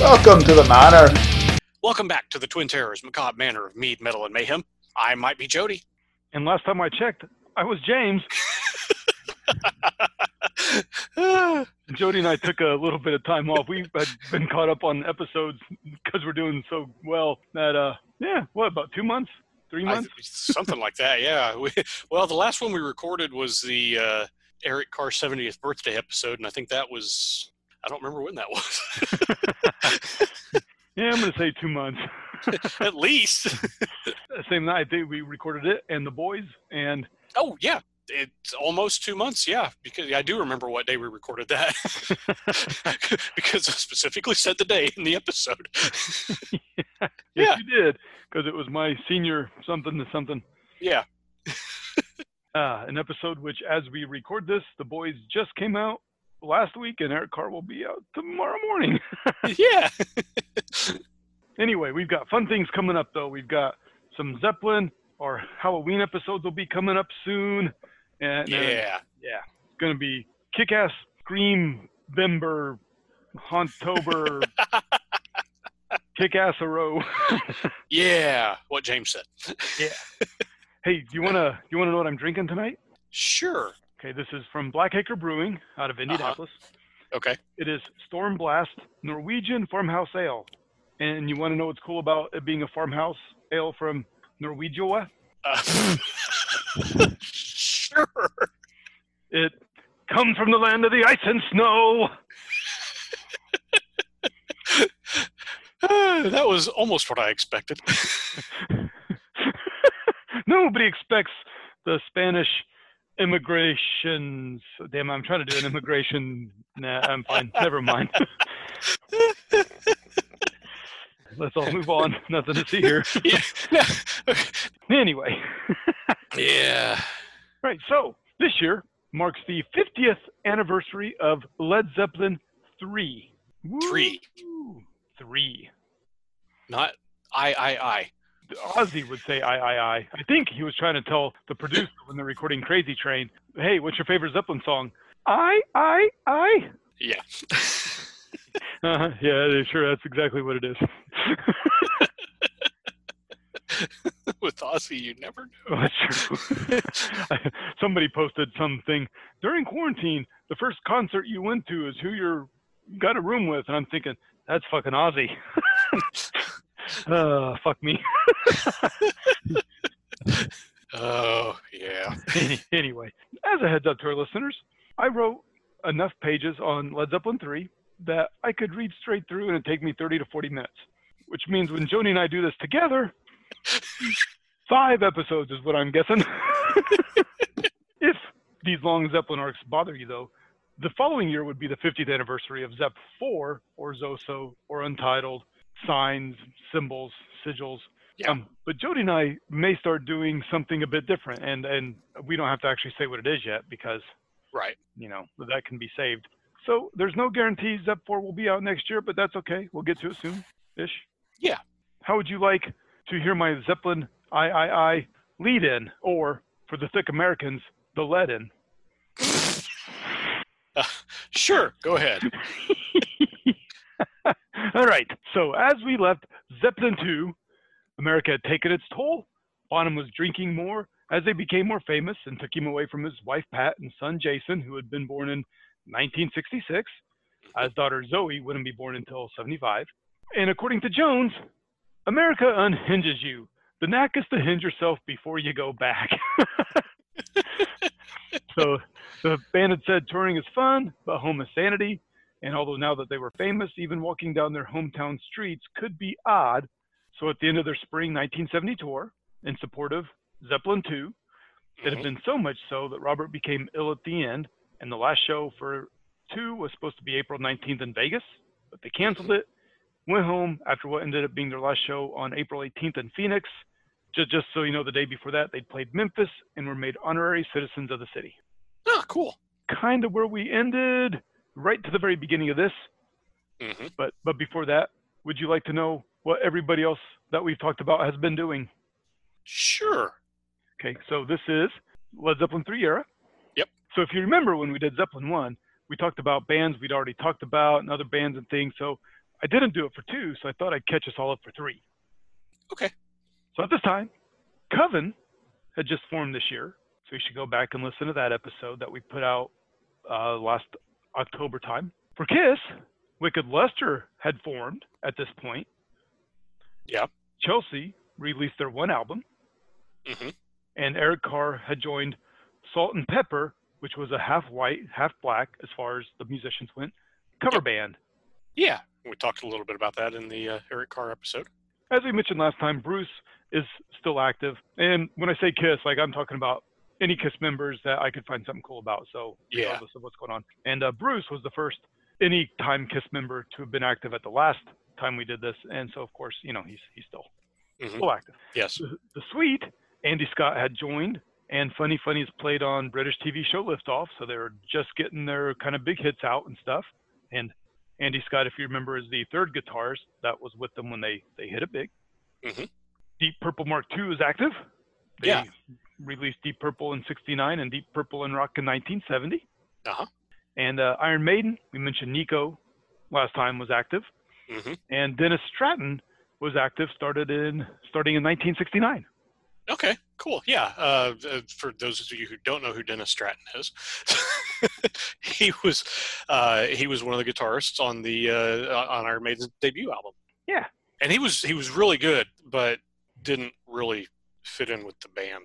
Welcome to the Manor. Welcome back to the Twin Terrors Macabre Manor of Mead, Metal, and Mayhem. I might be Jody. And last time I checked, I was James. Jody and I took a little bit of time off. We had been caught up on episodes because we're doing so well that, uh, yeah, what, about two months? Three I- months? something like that, yeah. We, well, the last one we recorded was the uh, Eric Carr's 70th birthday episode, and I think that was, I don't remember when that was. yeah, I'm going to say two months. At least. That Same night, they, we recorded it and the boys, and Oh, yeah. It's almost two months, yeah, because I do remember what day we recorded that. because I specifically said the day in the episode. yes, Yeah. you did because it was my senior something to something. yeah. uh, an episode which, as we record this, the boys just came out last week, and Eric Carr will be out tomorrow morning. Yeah. anyway, we've got fun things coming up, though. We've got some Zeppelin. Our Halloween episodes will be coming up soon, and uh, Yeah. yeah, it's gonna be kick-ass, scream, bimber, hauntober, kick-ass a row. Yeah. What James said. hey, do you wanna do you wanna know what I'm drinking tonight? Sure. Okay, this is from Blackacre Brewing out of Indianapolis. Okay. It is Storm Blast Norwegian Farmhouse Ale. And you want to know what's cool about it being a farmhouse ale from Norwegia? Uh, sure. It comes from the land of the ice and snow. Uh, that was almost what I expected. Nobody expects the Spanish immigrations. Damn, I'm trying to do an immigration. Nah, I'm fine. Never mind. Let's all move on. Nothing to see here. yeah. Yeah. Anyway. yeah. Right. So this year marks the 50th anniversary of Led Zeppelin 3. Three. Woo! Three. Not I, I, I. Ozzy would say I, I, I. I think he was trying to tell the producer when they're recording Crazy Train, hey, what's your favorite Zeppelin song? I, I, I. Yeah. Uh, yeah, sure. That's exactly what it is. With Ozzy, you never Oh, that's true. Somebody posted something during quarantine. The first concert you went to is who you're got a room with, and I'm thinking that's fucking Ozzy. uh, fuck me. know. Oh, yeah. anyway, as a heads up to our listeners, I wrote enough pages on Led Zeppelin 3 that I could read straight through and it'd take me 30 to 40 minutes, which means when Joni and I do this together, five episodes is what I'm guessing. if these long Zeppelin arcs bother you, though, the following year would be the 50th anniversary of Zepp 4 or Zoso or Untitled, signs, symbols, sigils, Yeah. um, but Jody and I may start doing something a bit different, and and we don't have to actually say what it is yet because Right. you know that can be saved. So there's no guarantees that four will be out next year, but that's okay. We'll get to it soon, ish. Yeah. How would you like to hear my Zeppelin I I I lead in, or for the thick Americans, the lead in? Sure. Go ahead. All right. So as we left Zeppelin II, America had taken its toll. Bonham was drinking more as they became more famous and took him away from his wife Pat and son Jason, who had been born in 1966. His daughter Zoe wouldn't be born until 75. And according to Jones, America unhinges you. The knack is to hinge yourself before you go back. so the band had said touring is fun, but home is sanity. And although now that they were famous, even walking down their hometown streets could be odd. So at the end of their spring 1970 tour, in support of Zeppelin II, it Mm-hmm. had been so much so that Robert became ill at the end, and the last show for two was supposed to be April 19th in Vegas, but they canceled it, went home after what ended up being their last show on April 18th in Phoenix. Just, just so you know, the day before that, they played Memphis and were made honorary citizens of the city Oh, cool. kind of where we ended, right to the very beginning of this. hmm But but before that, would you like to know what everybody else that we've talked about has been doing? Sure. Okay, so this is Led Zeppelin 3 era. Yep. So if you remember when we did Zeppelin 1, we talked about bands we'd already talked about and other bands and things. So I didn't do it for two, so I thought I'd catch us all up for three. Okay. So at this time, Coven had just formed this year, so you should go back and listen to that episode that we put out uh, last October time. For Kiss, Wicked Luster had formed at this point. Yeah. Chelsea released their one album, hmm and Eric Carr had joined Salt and Pepper, which was a half white, half black, as far as the musicians went, cover Yep. band. Yeah. We talked a little bit about that in the uh, Eric Carr episode. as we mentioned last time, Bruce is still active. And when I say Kiss, like I'm talking about any Kiss members that I could find something cool about. So Yeah. regardless of what's going on. And uh, Bruce was the first any time Kiss member to have been active at the last time we did this. And so of course, you know, he's he's still Mhm. still active. Yes. The, the suite, Andy Scott had joined, and Funny Funnies played on British TV show Liftoff, so they were just getting their kind of big hits out and stuff. And Andy Scott, if you remember, is the third guitarist that was with them when they they hit it big. Mhm. Deep Purple Mark II is active. They Yeah. released Deep Purple in '69 and Deep Purple and Rock in 1970. Uh-huh. And uh, Iron Maiden, we mentioned Nico last time was active, hmm and Dennis Stratton was active started in starting in 1969. Okay. Cool. Yeah. Uh, th- for those of you who don't know who Dennis Stratton is, he was uh, he was one of the guitarists on the uh, on Iron Maiden's debut album. Yeah. And he was he was really good, but didn't really fit in with the band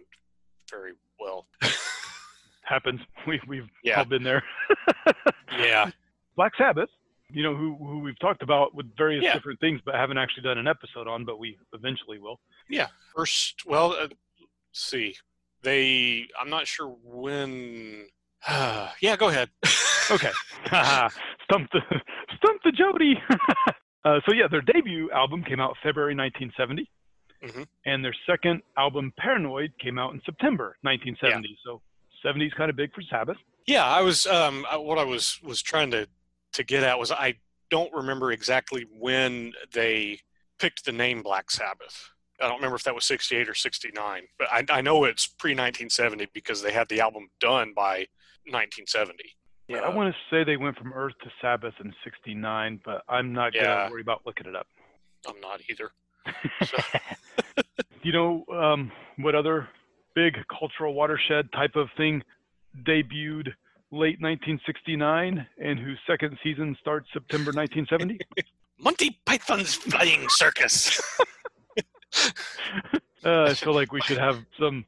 very well. happens. We, we've Yeah. all been there. Yeah. Black Sabbath, you know, who, who we've talked about with various Yeah. different things, but haven't actually done an episode on, but we eventually will. first well uh, let's see they i'm not sure when yeah go ahead Okay. stump the, stump the Jody. uh, so, yeah, their debut album came out February 1970. Mhm. And their second album, Paranoid, came out in September 1970. So, 70s kind of big for Sabbath. yeah i was um I, what i was was trying to to get at was i don't remember exactly when they picked the name black sabbath i don't remember if that was 68 or 69 but i, I know it's pre-1970 because they had the album done by 1970 Yeah, I Uh, want to say they went from Earth to Sabbath in 69, but I'm not going Yeah. to worry about looking it up. i'm not either Do you know um, what other big cultural watershed type of thing debuted late 1969 and whose second season starts September 1970? monty python's flying circus uh, I feel like we should have some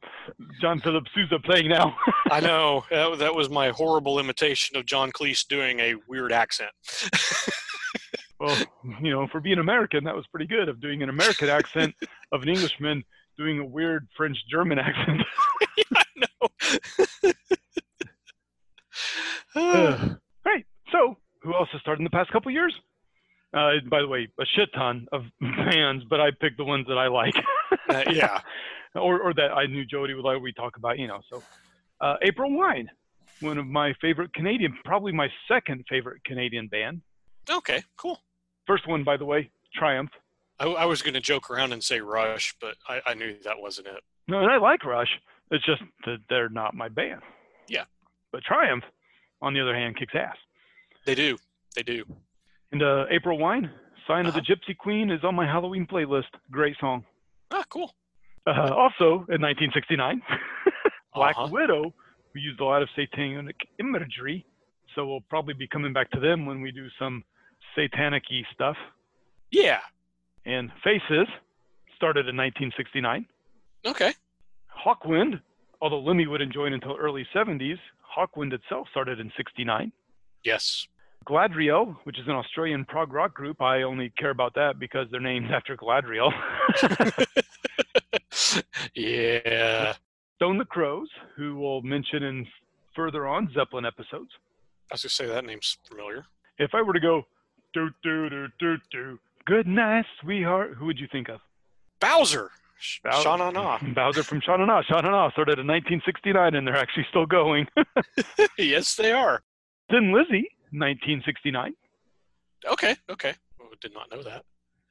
John Philip Sousa playing now. I know that, that was my horrible imitation of John Cleese doing a weird accent. well, you know, for being American, that was pretty good of doing an American accent of an Englishman doing a weird French German accent. Uh, Ugh. Great. So, who else has started in the past couple years? Uh, by the way, a shit ton of bands, but I picked the ones that I like, yeah. or, or that I knew Jody would like. We talk about, you know. So, uh, April Wine, one of my favorite Canadian, probably my second favorite Canadian band. Okay. Cool. First one, by the way, Triumph. I, I was going to joke around and say Rush, but I, I knew that wasn't it. No, and I like Rush. It's just that they're not my band. Yeah. But Triumph, on the other hand, kicks ass. They do. They do. And uh, April Wine, Sign of the Gypsy Queen, is on my Halloween playlist. Great song. Ah, cool. Uh, also in 1969, Black Uh-huh. Widow, we used a lot of satanic imagery, so we'll probably be coming back to them when we do some satanic y stuff. Yeah. And Faces started in 1969. Okay. Hawkwind, although Lemmy wouldn't join until early 70s, Hawkwind itself started in 69. Yes. Gladriel, which is an Australian prog rock group, I only care about that because they're named after Gladriel. yeah. Stone the Crows, who we'll mention in further on Zeppelin episodes. I was going to say that name's familiar. if I were to go do do do do do good night, sweetheart, who would you think of? Bowser. Sh- Bow- Sha na na. Bowser from Sha Na Na. Sha Na Na started in 1969 and they're actually still going. yes, they are. then Lizzie, 1969. Okay. Okay. Oh, did not know that.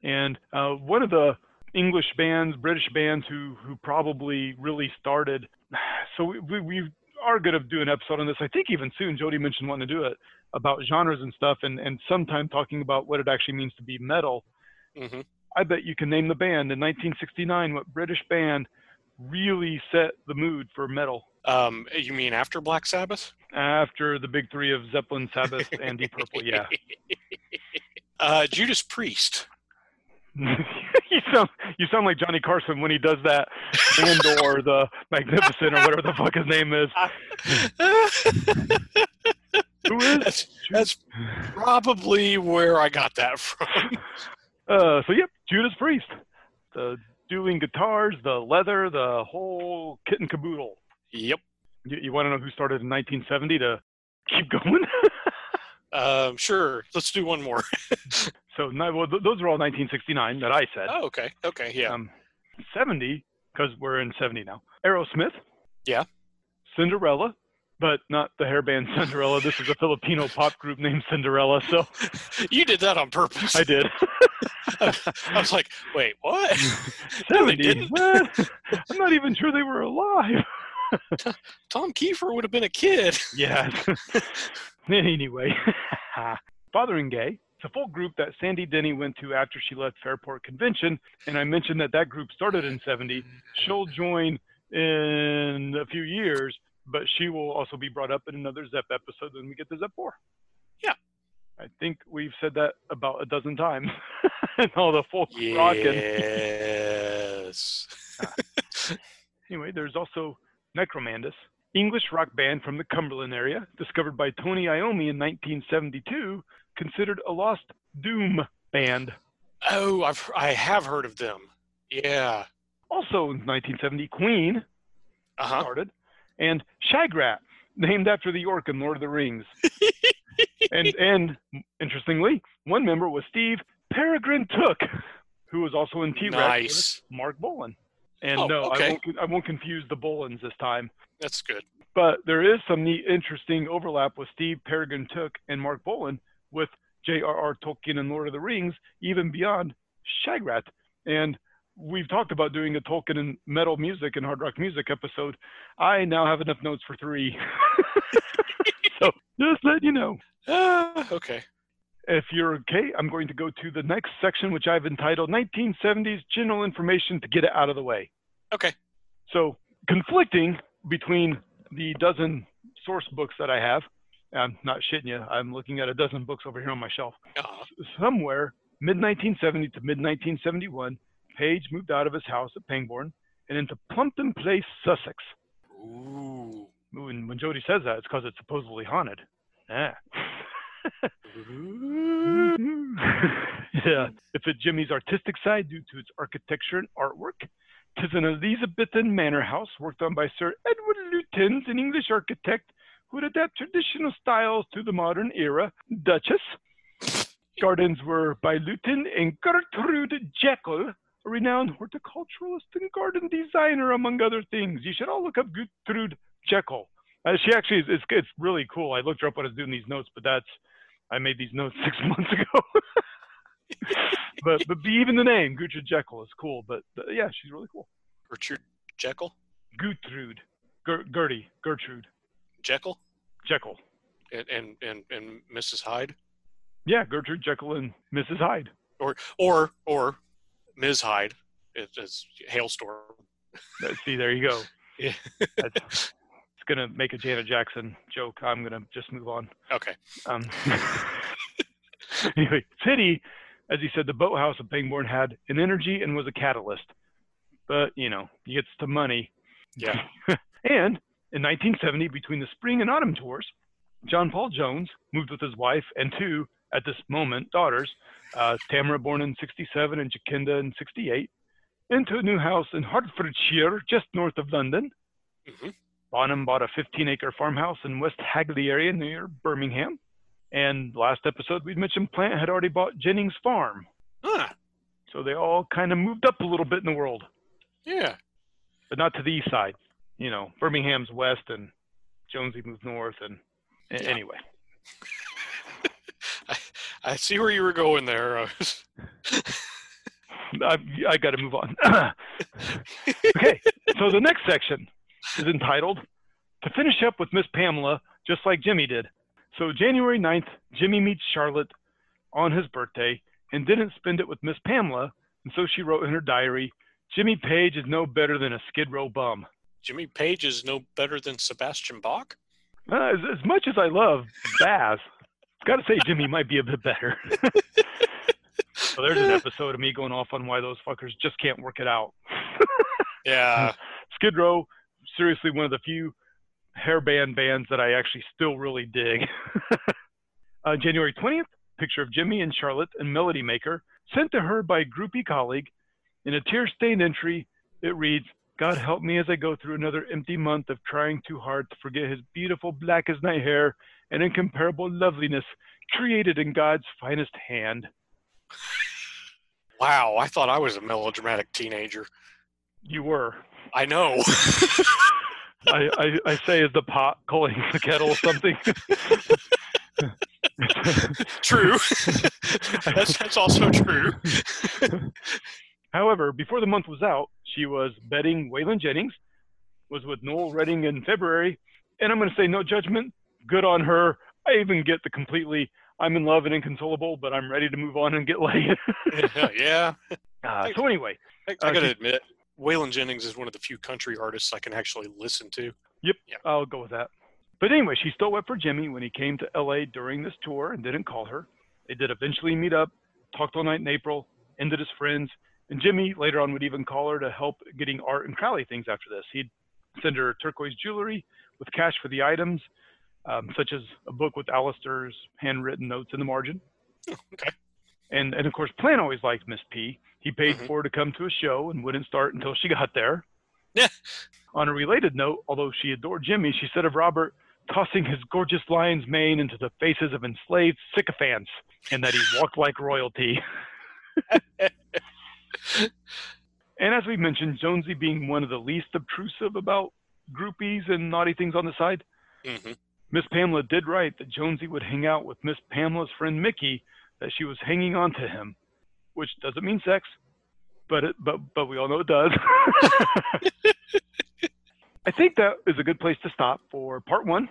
And uh, one of the English bands, British bands who who probably really started. So we, we, we are going to do an episode on this. I think even soon. Jody mentioned wanting to do it. about genres and stuff, and and sometime talking about what it actually means to be metal. hmm I bet you can name the band in 1969. What British band really set the mood for metal Um, you mean after Black Sabbath? after the big three of Zeppelin, Sabbath, and Deep Purple? Yeah, Uh, Judas Priest. you sound you sound like Johnny Carson when he does that, and or the Magnificent or whatever the fuck his name is. Who is? that's, that's probably where I got that from. Uh, so yep, Judas Priest, the dueling guitars, the leather, the whole kit and caboodle. yep. You, you want to know who started in 1970 to keep going? Um, sure. Let's do one more. so no, well, th- those are all 1969 that I said. Oh, okay. Okay. Yeah. Um, 70 because we're in 70 now. Aerosmith. Yeah. Cinderella, but not the hair band Cinderella. this is a Filipino pop group named Cinderella, so you did that on purpose. I did. I was like, wait, what? No, they 70. didn't. What? I'm not even sure they were alive. Tom Kiefer would have been a kid. Yes. anyway, Fotheringay. It's a full group that Sandy Denny went to after she left Fairport Convention, and I mentioned that that group started in '70. She'll join in a few years, but she will also be brought up in another Zep episode when we get to Zep Four. Yeah. I think we've said that about a dozen times, and all the folk rock and Yes. Anyway, there's also Necromandus, English rock band from the Cumberland area, discovered by Tony Iommi in 1972, considered a lost doom band. Oh, I've I have heard of them. Yeah. Also in 1970, Queen Uh huh. started, and Shagrat, named after the orc in Lord of the Rings. and and interestingly, one member was Steve Peregrine Took, who was also in T-Rex. with Nice. Mark Bolan. And Oh, no, I okay. won't, con- I won't confuse the Bolans this time. That's good. But there is some neat, interesting overlap with Steve Peregrine Took and Mark Bolan with J.R.R. Tolkien and Lord of the Rings, even beyond Shagrat. And we've talked about doing a Tolkien and metal music and hard rock music episode. I now have enough notes for three. so just let you know. Uh, okay. If you're okay, I'm going to go to the next section, which I've entitled 1970s General Information to Get It Out of the Way. Okay. So conflicting between the dozen source books that I have. I'm not shitting you. I'm looking at a dozen books over here on my shelf. Uh, Somewhere mid 1970 to mid 1971, Page moved out of his house at Pangbourne and into Plumpton Place, Sussex. ooh. When, when Jody says that, it's because it's supposedly haunted. Ah. Yeah. Ooh. yeah. It's at Jimmy's artistic side due to its architecture and artwork. Tis an Elizabethan manor house worked on by Sir Edward Lutyens, an English architect who would adapt traditional styles to the modern era. Duchess. Gardens were by Luton and Gertrude Jekyll, a renowned horticulturalist and garden designer, among other things. You should all look up Gertrude Jekyll. Uh, she actually is, it's, it's really cool. I looked her up when I was doing these notes, but that's, I made these notes six months ago. but, but even the name, Gertrude Jekyll, is cool. But uh, yeah, she's really cool. Richard Jekyll. Gertrude, Ger- Gertie, Gertrude Jekyll Jekyll. and and and, and Mrs. Hyde Yeah, Gertrude Jekyll and Mrs. Hyde. or or or Ms. Hyde. It, it's hailstorm. Uh, See, there you go. Yeah. That's, it's gonna make a Janet Jackson joke. I'm gonna just move on. Okay. Um, anyway, City, as he said, the boathouse of Pangbourne had an energy and was a catalyst. But you know, he gets to money. Yeah. and in 1970, between the spring and autumn tours, John Paul Jones moved with his wife and two, at this moment, daughters, uh, Tamara born in 67 and Jacinda in 68, into a new house in Hertfordshire, just north of London. Mhm. Bonham bought a 15 acre farmhouse in West Hagley area near Birmingham. And last episode, we mentioned Plant had already bought Jennings Farm. Huh. So they all kind of moved up a little bit in the world, Yeah. but not to the east side. You know, Birmingham's west and Jonesy moved north. And a- Yeah. anyway, I see where you were going there. Uh, I, I got to move on. okay, so the next section is entitled To Finish Up with Miss Pamela, just like Jimmy did. So January 9th, Jimmy meets Charlotte on his birthday and didn't spend it with Miss Pamela, and so she wrote in her diary, Jimmy Page is no better than a Skid Row bum. Jimmy Page is no better than Sebastian Bach. Uh, as, as much as I love Baz, got to say Jimmy might be a bit better. so there's an episode of me going off on why those fuckers just can't work it out. Yeah, Skid Row, seriously, one of the few hairband bands that I actually still really dig. uh, January 20th, picture of Jimmy and Charlotte and Melody Maker, sent to her by groupie colleague. In a tear stained entry, it reads, God help me as I go through another empty month of trying too hard to forget his beautiful black as night hair and incomparable loveliness created in God's finest hand. wow. I thought I was a melodramatic teenager. You were. I know. I, I, I say is the pot calling the kettle or something. true. that's, that's also true. However, before the month was out, she was betting Waylon Jennings, was with Noel Redding in February, and I'm going to say no judgment. Good on her. I even get the completely I'm in love and inconsolable, but I'm ready to move on and get laid. yeah. uh, so anyway, I, I Uh, got to he- admit, Waylon Jennings is one of the few country artists I can actually listen to. I'll go with that. But anyway, she still went for Jimmy when he came to LA during this tour and didn't call her. They did eventually meet up, talked all night in April, ended as friends, and Jimmy later on would even call her to help getting art and Crowley things after this. He'd send her turquoise jewelry with cash for the items, um, such as a book with Alistair's handwritten notes in the margin. okay. And and of course, Plan always liked Miss P. He paid Mhm. for her to come to a show and wouldn't start until she got there. Yeah. On a related note, although she adored Jimmy, she said of Robert tossing his gorgeous lion's mane into the faces of enslaved sycophants and that he walked like royalty. and as we mentioned, Jonesy being one of the least obtrusive about groupies and naughty things on the side, hmm Miss Pamela did write that Jonesy would hang out with Miss Pamela's friend Mickey, that she was hanging on to him, which doesn't mean sex, but it, but but we all know it does. I think that is a good place to stop for part one.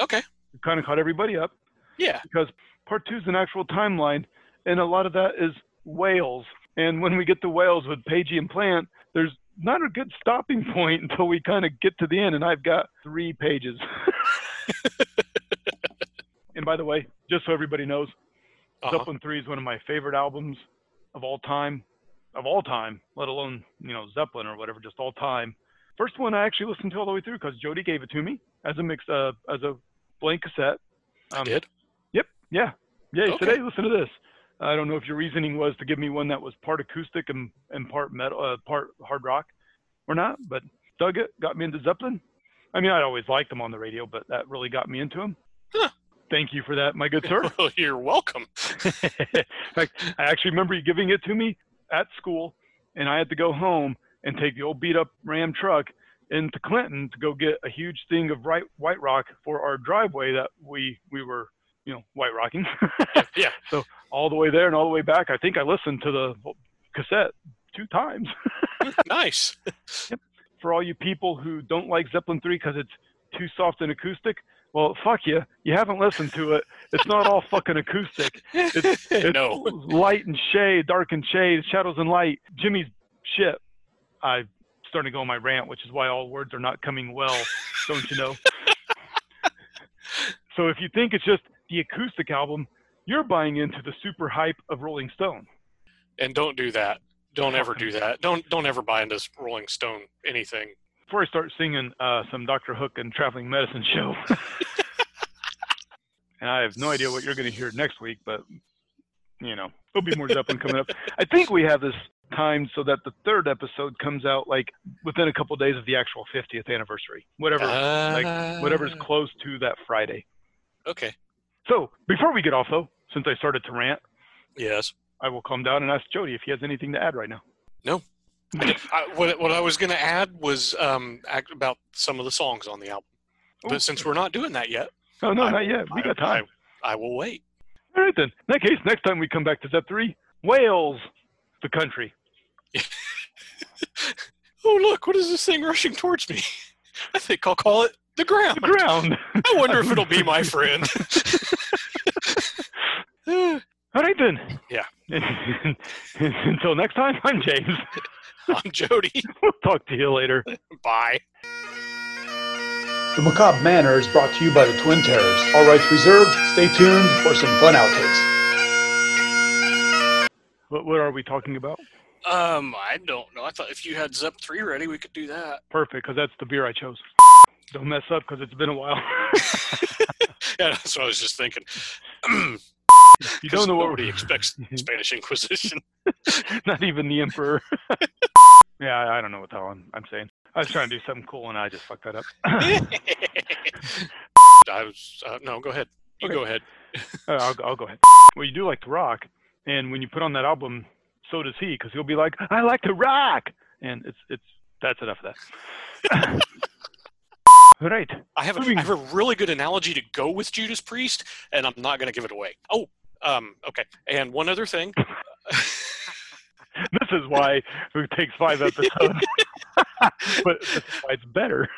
Okay. We kind of caught everybody up Yeah. because part two is an actual timeline, and a lot of that is Wales. And when we get to Wales with Pagey and Plant, there's not a good stopping point until we kind of get to the end, and I've got three pages. and by the way, just so everybody knows, Uh-huh. Zeppelin 3 is one of my favorite albums of all time, of all time, let alone, you know, Zeppelin or whatever, just all time. First one I actually listened to all the way through because Jody gave it to me as a mix, uh, as a blank cassette. Um, did? Yeah. Yeah, he said, Okay. hey, listen to this. I don't know if your reasoning was to give me one that was part acoustic and, and part metal, uh, part hard rock or not, but dug it, got me into Zeppelin. I mean, I'd always liked them on the radio, but that really got me into them. Huh. Thank you for that, my good sir. Well, you're welcome. In fact, I actually remember you giving it to me at school, and I had to go home and take the old beat up Ram truck into Clinton to go get a huge thing of right, white rock for our driveway that we we were you know white rocking. yeah. So all the way there and all the way back, I think I listened to the cassette two times. nice. For all you people who don't like Zeppelin 3 because it's too soft and acoustic, well, fuck you. You haven't listened to it. It's not all fucking acoustic. It's no. light and shade, dark and shade, shadows and light. Jimmy's shit. I starting to go on my rant, which is why all words are not coming well, don't you know? so if you think it's just the acoustic album, you're buying into the super hype of Rolling Stone. And don't do that. Don't ever do that. Don't don't ever buy into Rolling Stone anything. Before I start singing uh, some Dr. Hook and Traveling Medicine show. and I have no idea what you're going to hear next week, but, you know, there'll be more Zeppelin coming up. I think we have this timed so that the third episode comes out like within a couple days of the actual 50th anniversary, whatever, like, whatever's Ah, close to that Friday. Okay. So before we get off, though, since I started to rant, Yes. I will calm down and ask Jody if he has anything to add right now. I, what, what I was going to add was um, act about some of the songs on the album. But Oh. since we're not doing that yet, No, Oh, no, I- not yet. We I- got time. I, I will wait. All right, then. In that case, next time we come back to Zep 3, Wales, the country. Oh, look, what is this thing rushing towards me? I think I'll call it the ground. The ground. I wonder if it'll be my friend. Eh, All right then. Yeah. Until next time, I'm James. I'm Jody. we'll talk to you later. Bye. The Macabre Manor is brought to you by the Twin Terrors. All rights reserved. Stay tuned for some fun outtakes. What, what are we talking about? Um, I don't know. I thought if you had Zep three ready, we could do that. Perfect, because that's the beer I chose. Don't mess up, because it's been a while. Yeah, that's what I was just thinking. you don't know what nobody expects the Spanish Inquisition. Not even the emperor. yeah, I- I don't know what the hell I'm, I'm saying. I was trying to do something cool and I just fucked that up. Uh, I was uh, no. Go ahead. You Okay. go ahead. Uh, I'll, go- I'll go ahead. Well, you do like to rock, and when you put on that album, so does he, because he'll be like, "I like to rock," and it's it's that's enough of that. All right. I have, a, Moving- I have a really good analogy to go with Judas Priest, and I'm not going to give it away. Oh, um, okay. And one other thing. This is why it takes five episodes, but, but it's better.